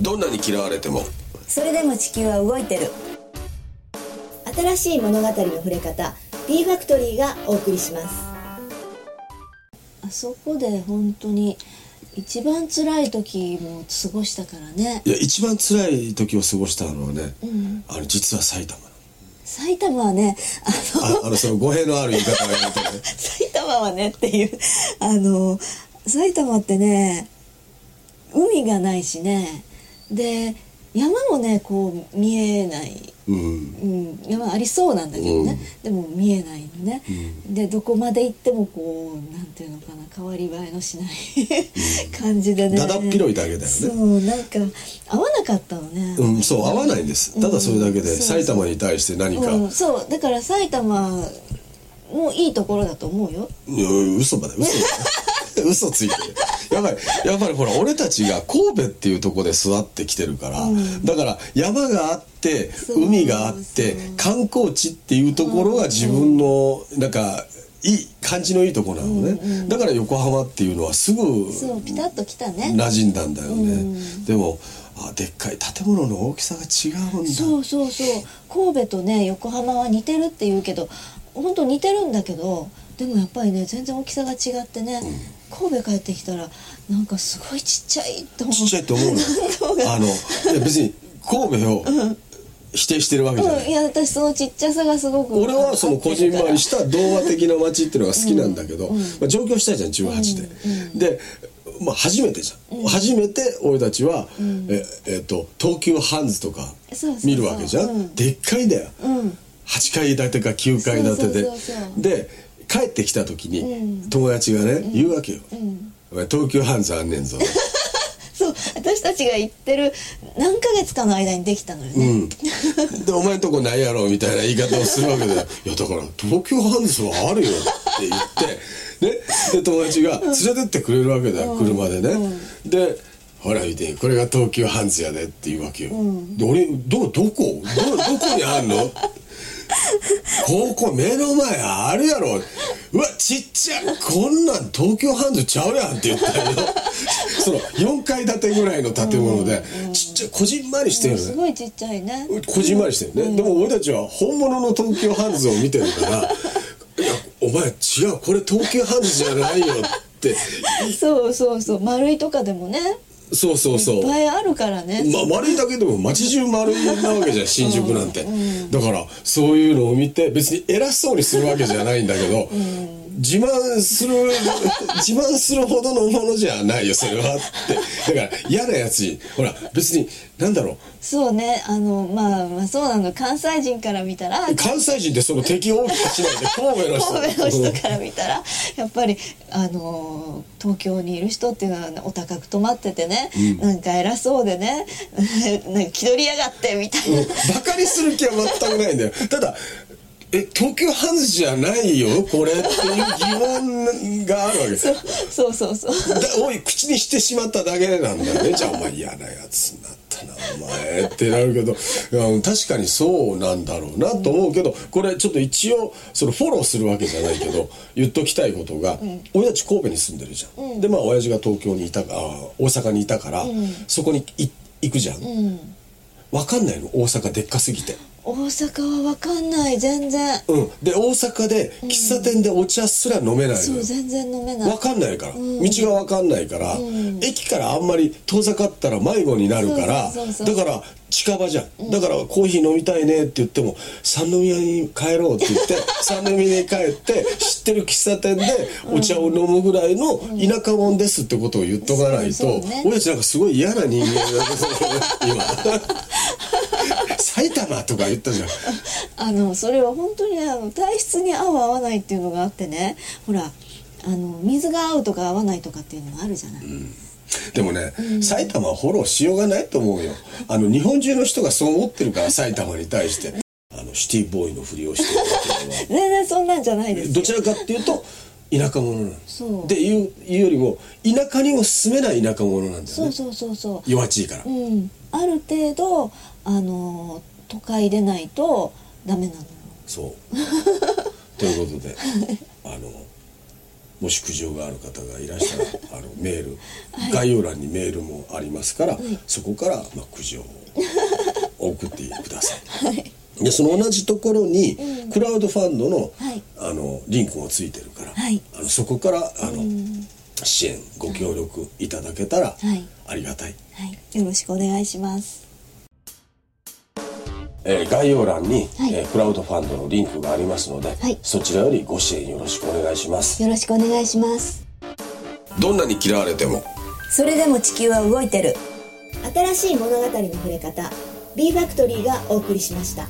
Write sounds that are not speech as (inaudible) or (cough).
どんなに嫌われてもそれでも地球は動いてる新しい物語の触れ方 B ファクトリーがお送りしますあそこで本当に一番辛い時も過ごしたからねいや一番辛い時を過ごしたのはね、うんあの実は埼玉埼玉はねあのああのその語弊のある言い方がやめてね埼玉はねっていうあの埼玉ってね海がないしねで山もねこう見えないうんうん、山ありそうなんだけどね、でも見えないのね、でどこまで行ってもこうなんていうのかな変わり映えのしない感じでねだだっ広いだけだよねそうなんか合わなかったのね、うん、そう合わないんですただそれだけでうんそう埼玉に対して何か、うん、そうだから埼玉もいいところだと思うよいや嘘まで嘘だ (laughs) よ嘘ついてるやばいやっぱりほら俺たちが神戸っていうとこで育ってきてるから、だから山があってそう海があってそう観光地っていうところが自分のなんかいい感じのいいとこなのね、だから横浜っていうのはすぐそうピタッときたね馴染んだんだよね、でもあでっかい建物の大きさが違うんだそうそうそう神戸とね横浜は似てるって言うけど本当似てるんだけどでもやっぱりね全然大きさが違ってね、神戸帰ってきたらなんかすごいちっちゃいと思うちっちゃいと思う (laughs) のあのいや別に神戸を否定してるわけじゃない、うん、いや私そのちっちゃさがすごく俺はそのこじんまりしたた童話的な街っていうのが好きなんだけど、まあ、上京したじゃん18で、で、まあ、初めてじゃん、初めて俺たちは、ええっと東急ハンズとかそうそうそう見るわけじゃんうんでっかいんだよ、うん8階建てか9階建てでそうそうそうそうで帰ってきた時に、うん友達がね言うわけよ、んお前東急ハンズあんねんぞ (laughs) そう私たちが行ってる何ヶ月かの間にできたのよね、うんでお前んとこないやろみたいな言い方をする (laughs) わけだよいやだから東京ハンズはあるよって言って、ね、で友達が連れてってくれるわけだよ、車でね、でほら見てこれが東急ハンズやでって言うわけよ、で俺どどこどどこにあ (laughs) んのここ目の前あるやろうわちっちゃいこんなん東京ハンズちゃうやんって言った (laughs) よその4階建てぐらいの建物で、ちっちゃいこじんまりしてるよねすごいちっちゃいねこじんまりしてるね、でも俺たちは本物の東急ハンズを見てる (laughs) からいやお前違うこれ東急ハンズじゃないよってそうそうそう丸いとかでもねそうそうそいうっぱいあるからね、ま、丸いだけでも街中丸いなわけじゃん新宿なんて、だからそういうのを見て別に偉そうにするわけじゃないんだけど、自慢する (laughs) 自慢するほどのものじゃないよそれはってだから嫌なやつにほら別になんだろうそうねあのまあまあそうなの関西人から見たら関西人ってその敵を大きくしないで神戸の人神戸の人から見たらやっぱりあの東京にいる人っていうのはお高く泊まっててね、なんか偉そうでね (laughs) なんか気取りやがってみたいな、バカにする気は全くないんだよただえ東京ハンズじゃないよこれっていう疑問があるわけですそうそうそうそうだおい口にしてしまっただけなんだね (laughs) じゃあお前嫌なやつになったなお前ってなるけどいや確かにそうなんだろうなと思うけどこれちょっと一応そのフォローするわけじゃないけど言っときたいことが、俺たち神戸に住んでるじゃん、でまあ親父が東京にいたかあ大阪にいたから、そこにい行くじゃん、わかんないの大阪でっかすぎて。大阪は分かんない全然うん、で大阪で喫茶店でお茶すら飲めないのそうよ、全然飲めないわかんないから、道がわかんないから、駅からあんまり遠ざかったら迷子になるからそうそうそうそうだから近場じゃんだからコーヒー飲みたいねって言っても三宮に帰ろうって言 (laughs) って三宮に帰って知ってる喫茶店でお茶を飲むぐらいの田舎者ですってことを言っとかないと、そうそうね俺たちなんかすごい嫌な人間だけど今 (laughs) 埼玉とか言ったじゃんあのそれは本当にねあの体質に合う合わないっていうのがあってねほらあの水が合うとか合わないとかっていうのがあるじゃない、でもね、埼玉はフォローしようがないと思うよあの日本中の人がそう思ってるから埼玉に対してあのシティボーイのふりをしてるっていうのは全然そんなんじゃないですよどちらかっていうと田舎者なんですそうで言う言うよりも田舎にも住めない田舎者なんだよそうねそうそうそう弱っちいから、うん、ある程度あの都会でないとダメなのよ (laughs) そうということであのもし苦情がある方がいらっしゃる (laughs) あのメール、概要欄にメールもありますから、そこから、まあ、苦情を送ってください。でその同じところに、クラウドファンドの,、はいあのリンクもついてるから、はいあのそこからあの、支援ご協力いただけたらはいありがたい、はい、よろしくお願いします。えー概要欄に、はいえークラウドファンドのリンクがありますので、はいそちらよりご支援よろしくお願いしますよろしくお願いします。どんなに嫌われてもそれでも地球は動いてる。新しい物語の触れ方、B ファクトリーがお送りしました。